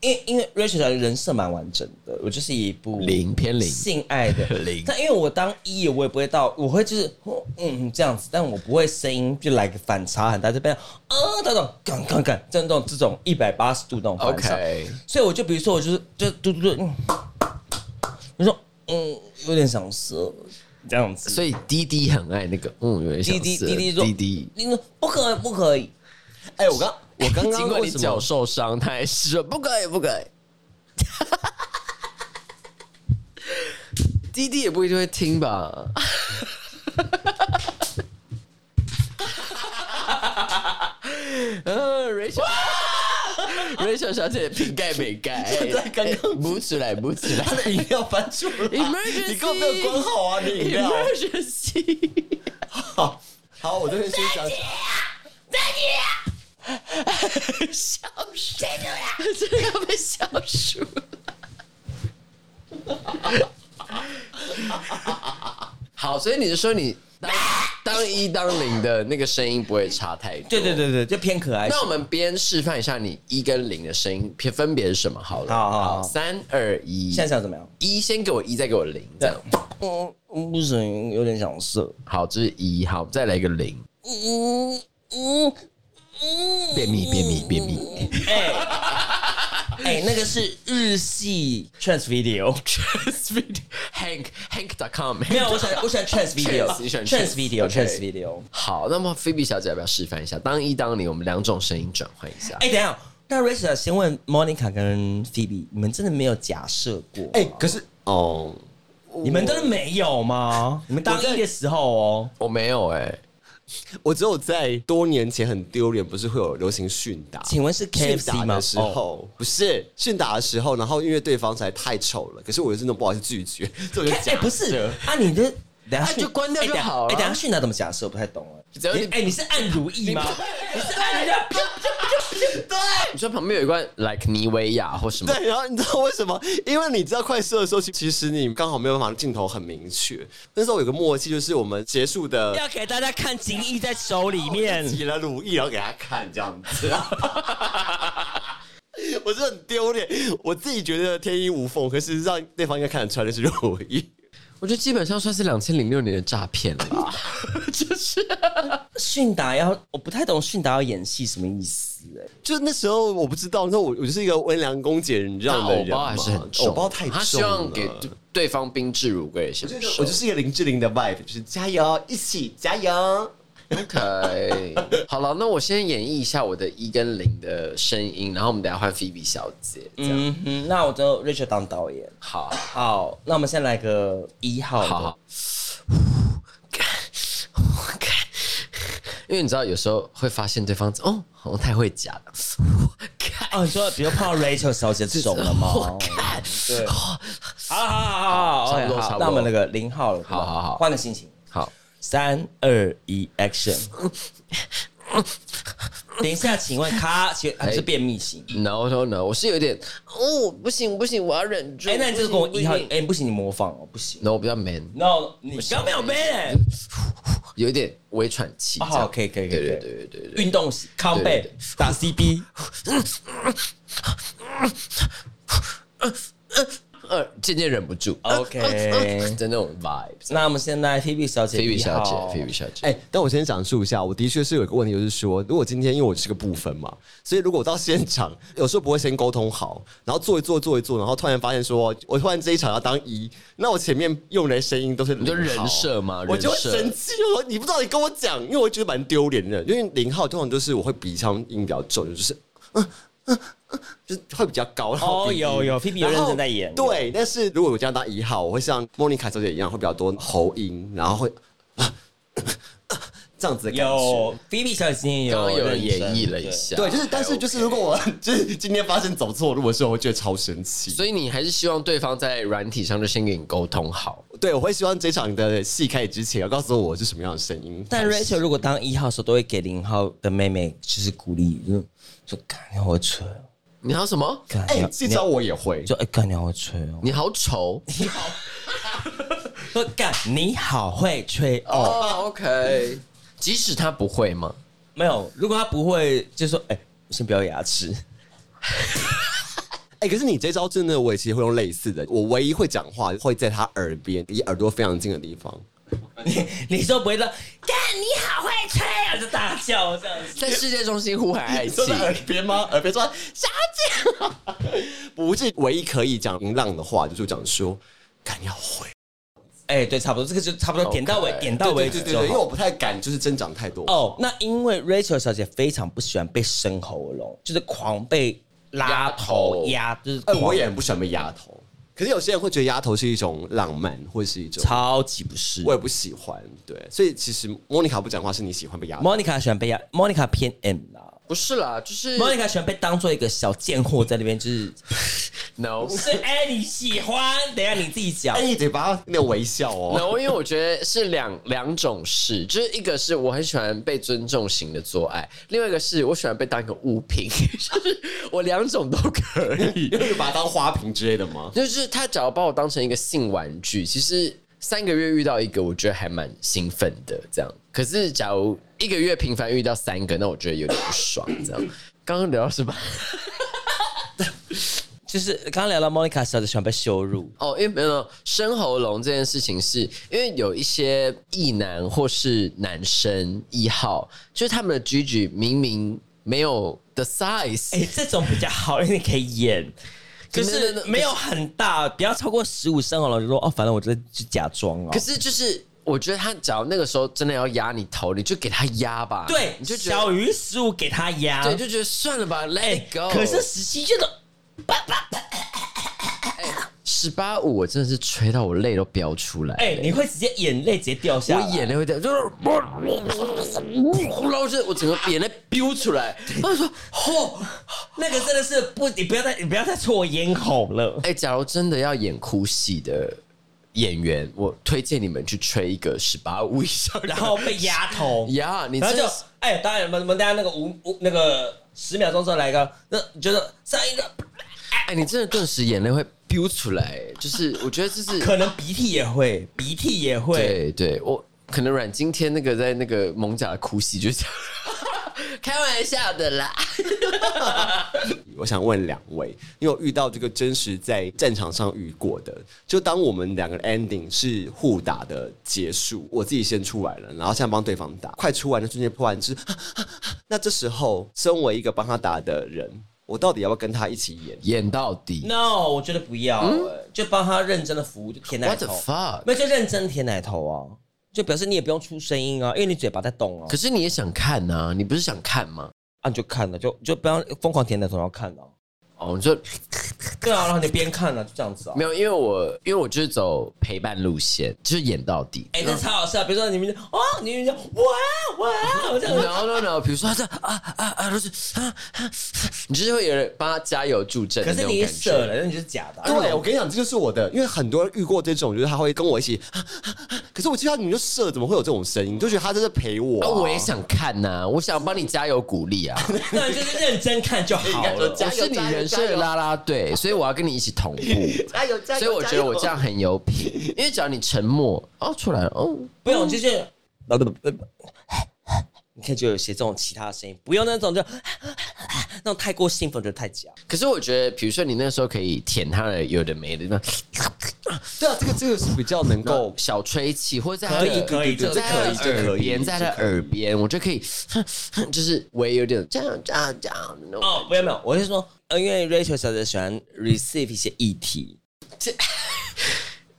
因因为 Rachel 小姐人设蛮完整的，我就是一部零偏零性爱的零但因为我当一，我也不会到，我会就是嗯嗯这样子，但我不会声音就来个反差很大，这边啊那种杠杠杠，这种这种一百八十度那种反差。 ，OK。所以我就比如说我就是就嘟嘟嘟，嗯，我说嗯有点想射这样子，所以滴滴很爱那个，嗯，有点想滴滴死滴滴说滴滴。你说不可以不可以，哎、我刚我 刚尽刚管为你什脚么？受伤，他还是说不可以，不可以。滴滴也不一定会听 吧？嗯，Rachel。Rachel 小姐瓶盖没盖，刚刚补起来，补起来。 他的饮料翻出来 Emergency 你根本没有关好啊！你饮料 Emergency。好，好，我这边先讲。消失，这个要被消除。 好，所以你是说你当当一当零的那个声音不会差太多？对对。对对，就偏可爱。那我们边示范一下你一跟零的声音偏分别是什么好了。好好好三二一，现在想怎么样？一先给我一，再给我零，这样。嗯，嗯不行，有点想射。好，这是一，好，再来一个零，嗯嗯嗯，便秘，便秘，便秘。 哎、哎、那个是日系 trans video， Hank Hank.com 没有，我喜欢我喜欢 trans Trans，你喜欢 video，trans trans， video OK trans video。好，那么菲比小姐要不要示范一下？当一当零，我们两种声音转换一下。哎、等一下，那 Rachel 先问 Monica 跟 Phoebe，你们真的没有假设过？哎、可是哦，你们真的没有吗？你们当一的时候哦，我没有哎、我只有在多年前很丢脸，不是会有流行训打？请问是训 KFC 打吗的？时候、不是训打的时候，然后因为对方实在太丑了，可是我真的不好意思拒绝， 所 以我就哎、讲、不是啊，你的等一下啊就关掉就哎等一下好了哎、等一下训导怎么假设？我不太懂啊。只要你你哎、你是按如意 吗？你是按人家啪你说旁边有一罐 like 妮维雅或什么，对，然后你知道为什么？因为你知道快射的时候，其其实你刚好没有办法镜头很明确。那时候有个默契，就是我们结束的 要给大家看情谊在手里面。挤了乳液，然后给他看这样子。 我是很丢脸，我自己觉得天衣无缝，可是让对方应该看得出来的是乳液。我觉得基本上算是两千零六年的诈骗了 吧，就是训达要，我不太懂训达要演戏什么意思、哎，就是那时候我不知道，那我我就是一个温良恭俭让那的藕人包嘛，还是很重，藕包太重了。他希望给对方宾至如归的享我受就。是一个林志玲的 vibe，就是加油，一起加油。 OK，好 了，那我先演绎一下我的一跟零的声音，然后我们等一下换菲比小姐这样。嗯哼，那我就 Rachel 当导演。好，好，那我们先来个一号的。好好。因为你知道，有时候会发现对方哦，好像太会假了。看，哦，你说比如碰到 Rachel 小姐这种了吗？我看，哦哦对，好好好好好差不多 OK，差不多那我们那个零号了，对吧好好好换个心情，好，三二一，Action！等一下，请问咔，请还是便秘型？ no no no，我是有点哦，不行不行，我要忍住。哎，那你这个跟我一号，不行哎，不行，你模仿哦，不行。 no 我比较 man， No，你刚没有背，有一点微喘气。哦可以可以可以对对可以对对对对。运动型康对贝打 CB，呃，渐渐忍不住呃 OK 的那种 vibes。那我们现在 Phoebe 小姐菲比一小姐号，菲比小姐，哎、但我先讲述一下，我的确是有一个问题，就是说，如果今天因为我是个部分嘛，所以如果我到现场，有时候不会先沟通好，然后做一做做一做，然后突然发现说，哦我突然这一场要当一，那我前面用的声音都是你就零号人设嘛我就会人设生气，我说你不知道你跟我讲，因为我觉得蛮丢脸的，因为零号通常就是我会鼻腔音比较重，就是。嗯嗯嗯就是会比较高，然后哦鼻音有有，Phoebe 有然后认真在演对，但是如果我这样当一号，我会像莫妮卡小姐一样，会比较多喉音，然后会呃这样子的感觉。有 Phoebe 小姐今天刚刚有有人认演真绎了一，下，对，就是，但是就是，如果我 就是今天发生走错路的时候，我会觉得超生气。所以你还是希望对方在软体上就先给你沟通好。对，我会希望这场的戏开始之前，要告诉我是什么样的声音。但 Rachel 如果当一号的时候，都会给零号的妹妹就是鼓励，就就干你好蠢哦，你好什么？干哎你，好这你招好我也会，就哎干你好吹哦，你好丑说干你好会吹哦。哦，OK。即使他不会吗？没有，如果他不会，就说哎、先不要牙齿。 哎、可是你这招真的，我也其实会用类似的。我唯一会讲话会在他耳边，离耳朵非常近的地方。你你说不会说，干你好会吹啊，就大叫这样子。在世界中心呼喊爱情说，在耳边吗？耳边说 小姐，不是唯一可以讲淫浪的话，就是讲说，敢要回。哎、对，差不多，这个就差不多，点到尾，点到对尾对止对就对，因为好。我不太敢，就是增长太多。哦，那因为 Rachel 小姐非常不喜欢被生喉咙，就是狂被拉头压，就是哎、狂、我也很不喜欢被压头，可是有些人会觉得压头是一种浪漫，或是一种，超级不适。我也不喜欢。对，所以其实莫妮卡不讲话是你喜欢被压头， Monica 喜欢被压，Monica 偏 M 啦。 不是啦，就是 Monica 喜欢被当做一个小贱货在那边，就是 no 是哎、你喜欢，等一下你自己讲哎、。你得把那个微笑哦。 no，因为我觉得是两两种事，就是一个是我很喜欢被尊重型的做爱，另外一个是我喜欢被当一个物品， 就是我两种都可以。因为把它当花瓶之类的吗？就是他只要把我当成一个性玩具，其实三个月遇到一个，我觉得还蛮兴奋的。这样，可是假如一个月频繁遇到三个，那我觉得有点不爽。这样，刚刚聊到什 么？就是刚刚聊到 Monica 小姐喜欢被羞辱，哦，因为没有没有生喉咙这件事情是，因为有一些异男或是男生一号，就是他们的居居明明没有 the size，、哎、这种比较好，因为你可以演，可那那是那没有很大，不要超过十五升好了。就说哦，反正我这就假装哦。可是就是我觉得他只要那个时候真的要压你头，你就给他压吧，对，你就觉小得。于十五给他压。对，就觉得算了吧，Let it go。哎可是十七就的，十八五，我真的是吹到我泪都飙出来。哎、你会直接眼泪直接掉下我来。眼泪会掉，就是我，然后就是我整个眼泪飙出来。然后我说，嚯！那个真的是不，你不要再你不要再错咽喉 了。哎、假如真的要演哭戏的演员，我推荐你们去吹一个十八五以上的。然后被 压头，呀你然后真就的是哎、当然我们我们大家那个五五那个十秒钟之后来一个，那就是上一个哎、你真的顿时眼泪会飙出来，就是我觉得这是可能鼻涕也会，鼻涕也会。对对，我可能阮经天那个在那个蒙甲的哭戏就是开玩笑的啦。我想问两位，因为我遇到这个真实在战场上遇过的，就当我们两个 ending 是互打的结束，我自己先出来了，然后现在帮对方打，快出完的瞬间破完之， 那这时候身为一个帮他打的人，我到底要不要跟他一起演？演到底 No，我觉得不要、欸就帮他认真的服务，就舔奶嗯，What the 头， fuck？没有就认真舔奶头啊，就表示你也不用出声音啊，因为你嘴巴在动啊可，是你也想看呐、你不是想看吗？啊你就看了，就就不要疯狂舔奶头，然后看了、哦，你说对啊，然后你边看呢、就这样子啊、没有，因为我因为我就是走陪伴路线，就是演到底。哎、那超好笑！比如说你们就哇，你们就哇哇这样子，然后呢，然后比如说他这啊啊啊，就是啊啊，你就是会有人帮他加油助阵的可那是种你感舍觉。了，那你就是假哎的啊、对，我跟你讲，这就是我的，因为很多人遇过这种，就是他会跟我一起， 啊啊啊可是我知道你就射，怎么会有这种声音？你就觉得他在这陪我、啊，啊。我也想看呐、我想帮你加油鼓励啊！那你就是认真看就好了。我是你人生的啦啦队，所以我要跟你一起同步。加油啊加油！所以我觉得我这样很有品，因为只要你沉默，哦，出来了，哦，不用，就是，你看就有些这种其他的声音，不用那种就那种太过兴奋就太假。可是我觉得，比如说你那时候可以舔他的有的没的，那对啊，这个这个是比较能够够小吹气，或者在他可以的可对以这在他的可以这可耳以边，在他的耳边，我就可以， 哼哼就是我也有点这样这样这样那种。哦，没有没有，我是说，呃，因为 Rachel 小姐喜欢 receive 一些议题，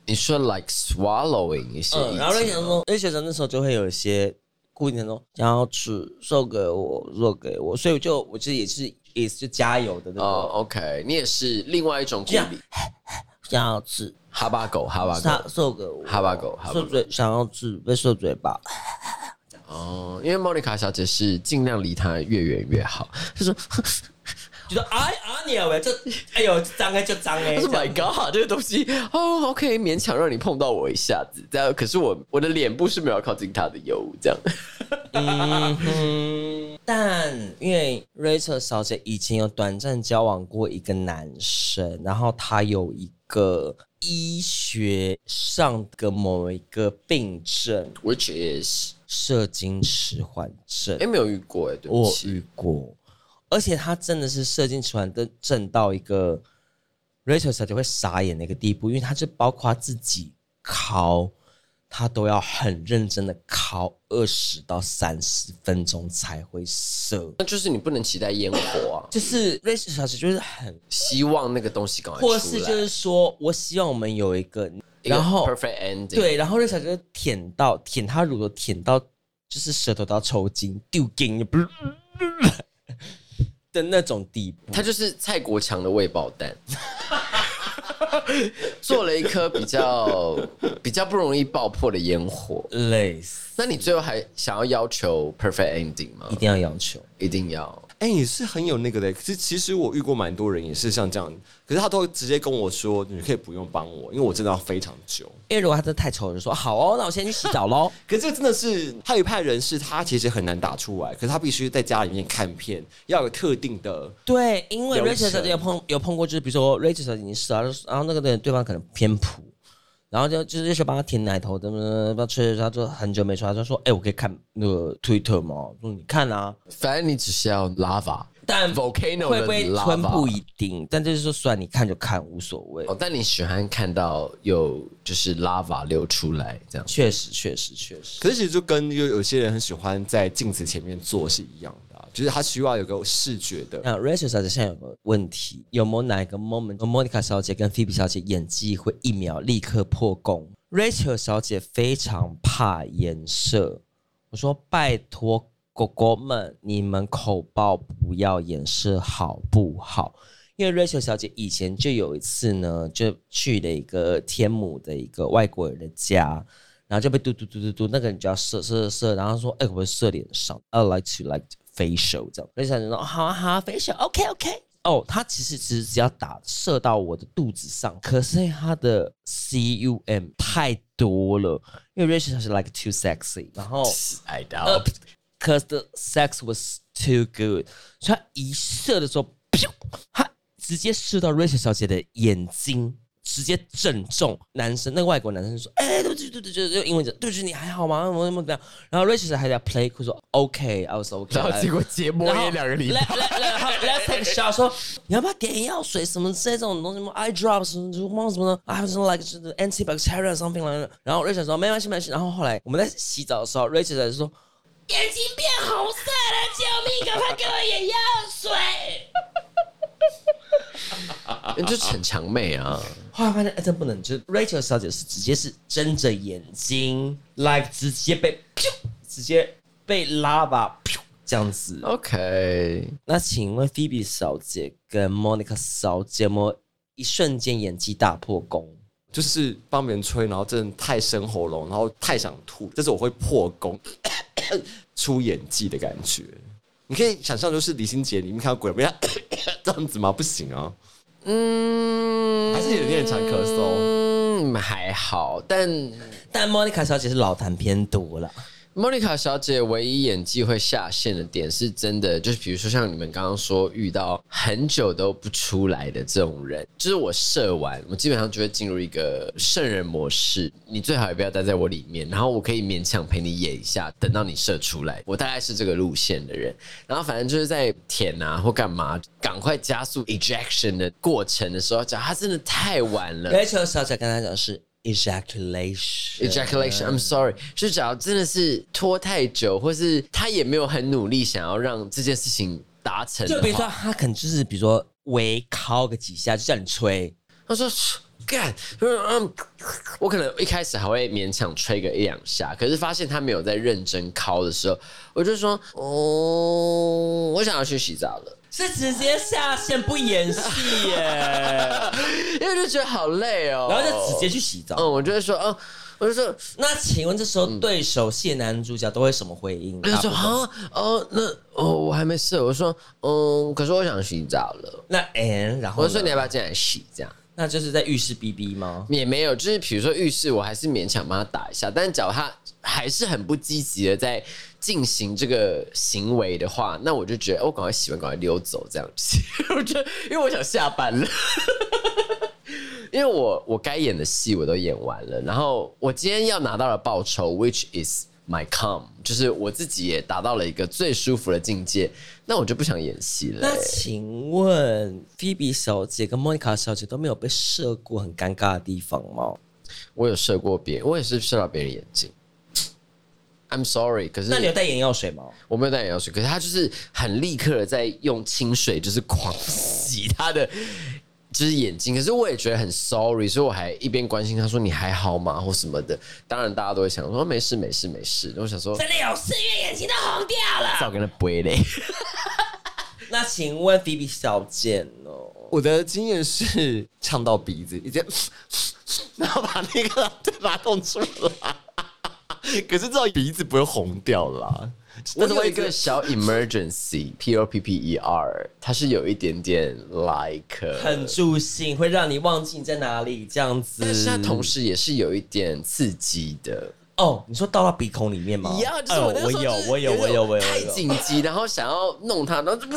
你说 like swallowing 一些意嗯，见，然后 Rachel 说，Rachel 小姐那时候就会有一些固定的说，想要吃，送给我，送给我，所以我就我就也是也是加油的那哦种， ，OK，你也是另外一种鼓这样励，想要吃，哈巴狗，哈巴他狗，送给我，哈巴狗哈巴狗送嘴想要吃被送嘴巴，哦，因为莫妮卡小姐是尽量离他越远越好，她说 就说哎啊你啊喂，这哎呦脏哎就脏哎， 她这说样 My God，这个东西哦，OK，勉强让你碰到我一下子，这样可是我我的脸部是没有要靠近他的油，这样嗯， 但因为 Rachel 小姐以前有短暂交往过一个男生，然后他有一个医学上的某一个病症，Which is， ——射精迟缓症哎、，没有遇过哎、对不我起，遇过，而且他真的是射精迟缓症症到一个 Rachel 小姐会傻眼的一个地步，因为他是包括自己考，他都要很认真的考二十到三十分钟才会射。那就是你不能期待烟火啊，就是 Rachel 小姐就是很，希望那个东西赶快出或来，是就是说我希望我们有一个，一个然后 perfect ending，，对，然后 Rachel 小姐就舔到舔她乳头舔到就是舌头都要抽筋丢筋，不是 的那种地步。他就是蔡国强的未爆 弹，做了一颗比较比较不容易爆破的烟火。累死，那你最后还想要要求 perfect ending 吗一？定要要求。一定要。哎、你是很有那个的。可是其实我遇过蛮多人也是像这样，可是他都会直接跟我说，你可以不用帮我，因为我真的要非常久。因为如果他真的太丑，我就说好哦，那我先去洗澡 喽。可是这个真的是，还有一派人是他其实很难打出来，可是他必须在家里面看片，要有特定的。对，因为流 Rachel 程小姐有碰有碰过，就是比如说 Rachel 小姐已经试了，然后然后那个人对方可能偏普，然后就就是 Rachel 帮他舔奶头，怎么怎么帮他吹吹吹，他就很久没出来，他说：“哎、我可以看那个 Twitter 吗？”我说：“你看啊。反正你只是要 lava，” 但 Volcano 会不会的吞 lava 不一定，但就是说，算你看就看，无所谓。哦，但你喜欢看到有就是 lava 流出来这样。确实，确实，确实。可是其实就跟有有些人很喜欢在镜子前面做是一样的啊、就是他需要有个视觉的。那 Rachel 小姐现在有个问题，有没有哪一个 moment Monica 小姐跟 Phoebe 小姐演技会一秒立刻破功？Rachel 小姐非常怕颜色，我说拜托狗狗们，你们口爆不要颜色好不好？因为 Rachel 小姐以前就有一次呢，就去了一个天母的一个外国人的家，然后就被嘟嘟嘟嘟嘟，那个人就要射射射，然后说，哎、我会射脸上，I like to like facial 这样。Rachel 小姐说，好啊好啊，facial，OK OK。哦，他其实只只要打射到我的肚子上，可是他的 cum 太多了，因为 Rachel 小姐 like too sexy，然后。 I up doubt。 because 呃 the sex was too good。所以他一射的时候，噗他直接射到 Rachel 小姐的眼睛，直接正中男生。那个外国男生就说：“哎、对不起，对不起，就就英文讲，对不起，你还好吗？怎么怎么怎么样？”然后 Rachel 小姐还在 play cool 说：“OK，I、was OK。”呃然后结果结膜然后也两个礼来拜，来来，然后 Let's take a shot，说你要不要点眼药水什么这种东西，什么 eye drops 什么什么什么的，啊还有什么 like antibacterial something like that。然后 Rachel 说没关系没关系。然后后来我们在洗澡的时候，Rachel 就说眼睛变红色了，救命！赶快给我眼药水。你就逞强妹啊！后来发现哎，真不能，就是 Rachel 小姐是直接是睁着眼睛，like 直接被，噗直接被拉吧，噗这样子。 OK，那请问菲比小姐跟 Monica 小姐有没有一瞬间演技大破功？就是帮别人吹，然后真的太生喉咙，然后太想吐，这是我会破功 出演技的感觉。你可以想象，就是李心洁，你们看到鬼 片这样子吗？不行啊，嗯，还是有点常咳嗽。嗯，还好，但但 Monica 小姐是老痰偏多了， Monica 小姐唯一演技会下线的点是真的，就是比如说像你们刚刚说遇到很久都不出来的这种人，就是我射完，我基本上就会进入一个圣人模式，你最好也不要待在我里面，然后我可以勉强陪你演一下，等到你射出来，我大概是这个路线的人。然后反正就是在舔啊或干嘛，赶快加速 ejection 的过程的时候，讲他真的太晚了。 Rachel 小姐跟她讲是 ejaculation。 ejaculation，I'm sorry，就是只要真的是拖太久，或是他也没有很努力想要让这件事情达成就的比如说，话，她可能就是比如说微敲个几下，就叫你吹，他说干，嗯，我可能一开始还会勉强吹个一两下，可是发现他没有在认真敲的时候，我就说，哦，我想要去洗澡了。是直接下线不演戏 耶，因为就觉得好累哦，然后就直接，去洗澡。嗯，我就会说，嗯，我就说，那请问这时候对手戏的男主角都会什么回应？他嗯说大部分啊，哦，那哦，我还没射，我说，嗯，可是我想洗澡了。那 and 然后我呢就说你要不要进来洗？这样那就是在浴室逼逼吗？也没有，就是比如说浴室，我还是勉强帮他打一下，但只要他还是很不积极的在进行这个行为的话，那我就觉得哦，赶快洗完，赶快溜走这样子。 我觉得，因为我想下班了。 因为我我该演的戏我都演完了，然后我今天要拿到的报酬，which is my com，就是我自己也达到了一个最舒服的境界，那我就不想演戏了、那请问菲比小姐跟莫妮卡小姐都没有被射过很尴尬的地方吗？我有射过别人，我也是射到别人眼睛。I'm sorry，可是那你有带眼药水吗？我没有带眼药水，可是他就是很立刻的在用清水就是狂洗他的就是眼睛，可是我也觉得很 sorry，所以我还一边关心他说你还好吗或什么的。当然大家都会想说没事没事没事，我想说真的有四月眼睛都红掉了。早跟他背嘞。那请问菲比小姐呢？我的经验是呛到鼻子，一直 然后把那个再把它弄出来，可是这种鼻子不会红掉啦。我但是有一直个小 emergency，P O P P E R，它是有一点点 like 很助兴，会让你忘记你在哪里这样子。但是它同时也是有一点刺激的。哦，你说倒到鼻孔里面吗？一样，就是我那个时候哦就是我有，我有，我有，我有，太我有紧急，然后想要弄他，然后就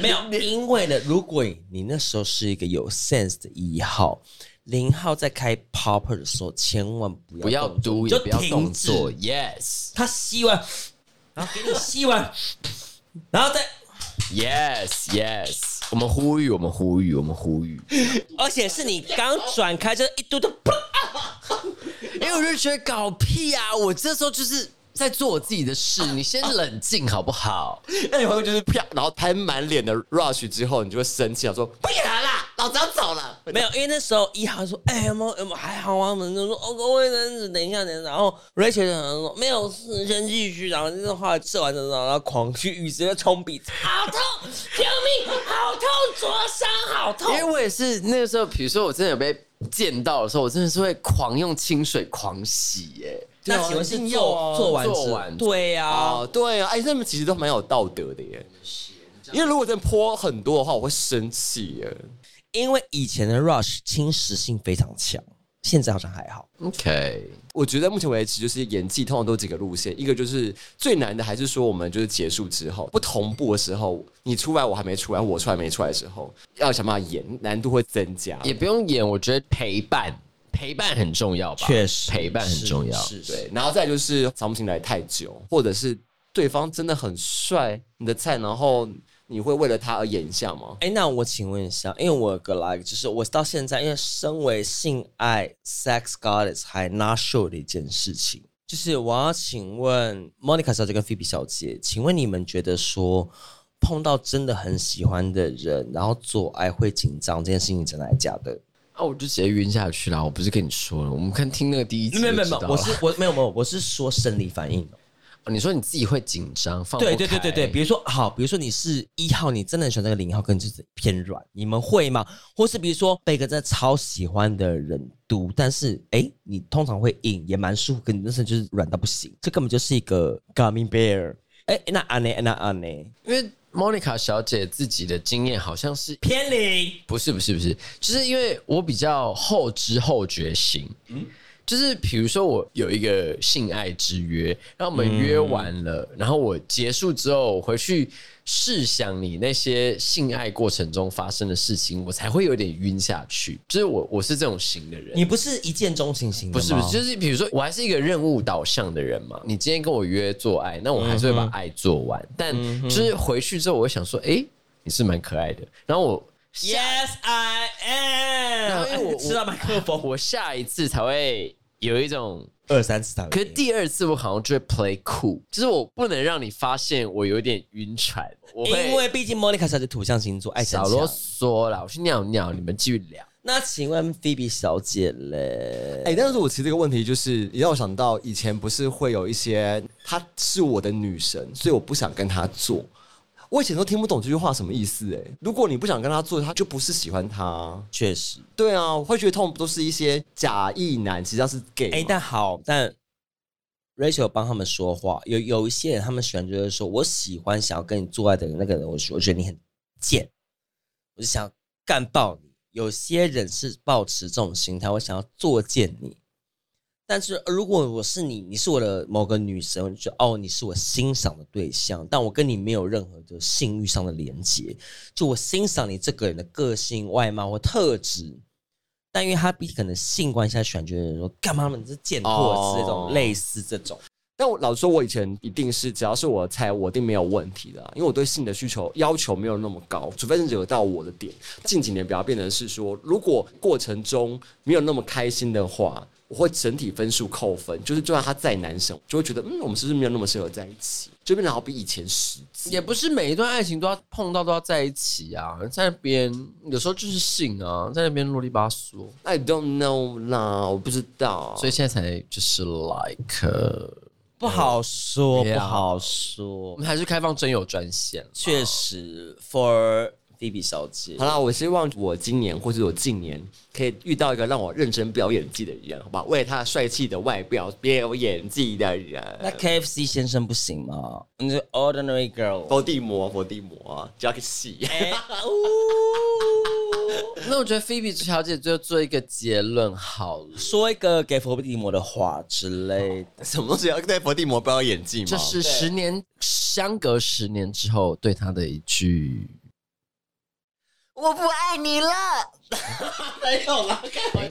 没有，因为呢，如果你那时候是一个有 sense 的一号，零号在开 popper 的时候，千万不不要要动作嘟，你就也不要动停止作。Yes, 他吸完，然后给你吸完，然后再， yes, yes。我们呼吁，我们呼吁，我们呼吁。而且是你刚转开就一嘟嘟，砰 因为我就觉得搞屁啊！我这时候就是在做我自己的事，你先冷静好不 好？那你会不哎会就是啪，然后拍满脸的 rush 之后，你就会生气，想说不演了啦，老子要走了。没有，因为那时候一号说：“哎、有没有有没有还好啊？”我们就说：“哦，各位男子，等一下，等一下。”然后 Rachel 就说：“没有事，先继续。”然后就是后来吃完之后，然后狂去浴室就冲鼻子，好痛！救命！好痛！灼伤，好因痛！为我也是那个时候，比如说我真的有被溅到的时候，我真的是会狂用清水狂洗、耶。那请问是一定要做、啊做完之做完对呀、哦，对啊，哎、他们其实都蛮有道德的耶。因为如果真的泼很多的话，我会生气耶。因为以前的 Rush 侵蚀性非常强，现在好像还好。 OK，我觉得目前为止，就是演技通常都有几个路线，一个就是最难的，还是说我们就是结束之后不同步的时候，你出来我还没出来，我出来没出来的时候，要想办法演，难度会增加。也不用演，我觉得陪伴陪伴很重要吧？确实陪伴很重要。是对，然后再就是藏不进来太久，或者是对方真的很帅，你的菜，然后你会为了他而演一下吗？哎，那我请问一下，因为我有个 like，就是我到现在，因为身为性爱 sex goddess 还 not sure 的一件事情，就是我要请问 Monica 小姐跟 Phoebe 小姐，请问你们觉得说碰到真的很喜欢的人，然后做爱会紧张这件事情，真的还假的？啊，我就直接晕下去了。我不是跟你说了，我们看听那个第一集没有没有就知没道有，了我是我没有没有，我是说生理反应。哦你说你自己会紧张，放不对对对对对，开比如说好，比如说你是一号，你真的很喜欢这个零号，跟就是偏软，你们会吗？或是比如说被一个真的超喜欢的人读，但是哎，你通常会硬，也蛮舒服，跟你那时候就是软到不行，这根本就是一个 gummy bear。哎，那安内，那安内，因为 Monica 小姐自己的经验好像是偏零，不是不是不是，就是因为我比较后知后觉型，嗯就是比如说我有一个性爱之约，然后我嗯们约完了，然后我结束之后我回去试想你那些性爱过程中发生的事情，我才会有点晕下去。就是我我是这种型的人，你不是一见钟情型的不吗？是不是，就是比如说，我还是一个任务导向的人嘛。你今天跟我约做爱，那我还是会嗯把爱做完。但就是回去之后，我会想说，哎、你是蛮可爱的。然后我下 Yes, I 然 am 哎后。因为我吃到麦克风，我下一次才会有一种，二三次打。可是第二次我好像就会 play cool，就是我不能让你发现我有点晕船，我会因为毕竟 Monica 小姐土象星座，爱小讲啰嗦啦，我去尿尿，你们继续聊。那请问 Phoebe 小姐嘞？哎、但是我其实这个问题就是，也让我想到以前不是会有一些，她是我的女神，所以我不想跟她做。我以前都听不懂这句话什么意思哎、如果你不想跟她做，她就不是喜欢她。确实，对啊，我会觉得通常都是一些假意男，其实他是 gay 嘛。哎、但好，但 Rachel 帮他们说话，有有一些人他们喜欢就是说，我喜欢想要跟你做爱的人，那个人我说我觉得你很贱，我就想干爆你。有些人是抱持这种心态，我想要作践你。但是呃如果我是你，你是我的某个女神，我就觉得哦，你是我欣赏的对象，但我跟你没有任何的性欲上的连接，就我欣赏你这个人的个性、外貌或特质，但因为他毕竟可能性关系，他喜欢觉得说干嘛嘛，你是贱货哦之类这种类似这种，但我老实说，我以前一定是只要是我的菜，我一定没有问题的啊、因为我对性的需求要求没有那么高，除非是惹到我的点。近几年比较变成是说，如果过程中没有那么开心的话，我会整体分数扣分，就是就算他再难受，就会觉得嗯，我们是不是没有那么适合在一起，就变得好比以前实际。嗯也不是每一段爱情都要碰到都要在一起啊，在那边有时候就是性啊，在那边啰里吧嗦， I don't know 啦，我不知道。所以现在才就是 like，呃不好说，对不啊好我说。们还是开放真友专线。确实，for Phoebe 小姐好，啦，我希望我今年或者我近年可以遇到一个让我认真表演技的人，好吧？为了他帅气的外表表演技的人。那 KFC 先生不行吗？你是 ordinary girl。伏地魔，伏地魔，Jacky，啊哎呜那我觉得菲比小姐最后做一个结论好了，说一个给佛地魔的话之类的， 什么东西要对伏地魔表演演技吗？就是十年相隔十年之后对她的一句，我不爱你了，没有了，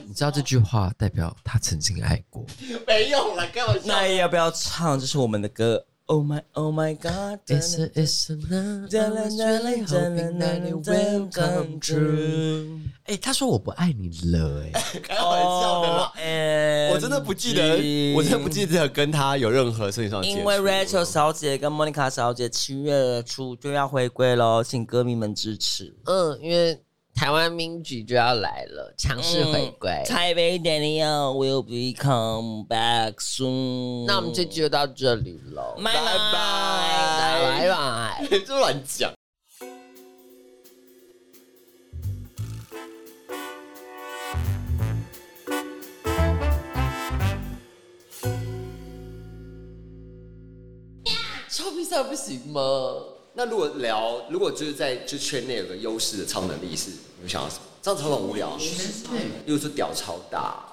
你知道这句话代表她曾经爱过。没有了，开玩笑。那要不要唱？这是我们的歌。Oh my, oh my God！ It's a, it's a love, I was really hoping that it will come Welcome true。 to。哎、她说我不爱你了、哎。开玩笑的啦。啦我真的不记得，我真的不记得跟他有任何身体上的接触因为 Rachel 小姐跟 Monica 小姐七月初就要回归喽，请歌迷们支持。嗯，因为台湾民举就要来了，强势回嗯归。台北 Daniel will be come back soon。那我们这集就到这里喽，拜拜拜。拜拜。就乱讲。超比赛不行吗？那如果聊，如果就是在就圈内有个优势的超能力是，你们想要什么？这样超很无聊，啊又是屌超大，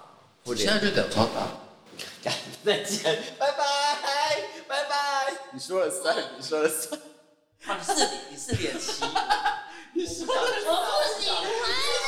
或者就等超大。 再见，拜拜，拜拜。你说了算，你说了算。你是你是脸七。我不喜欢。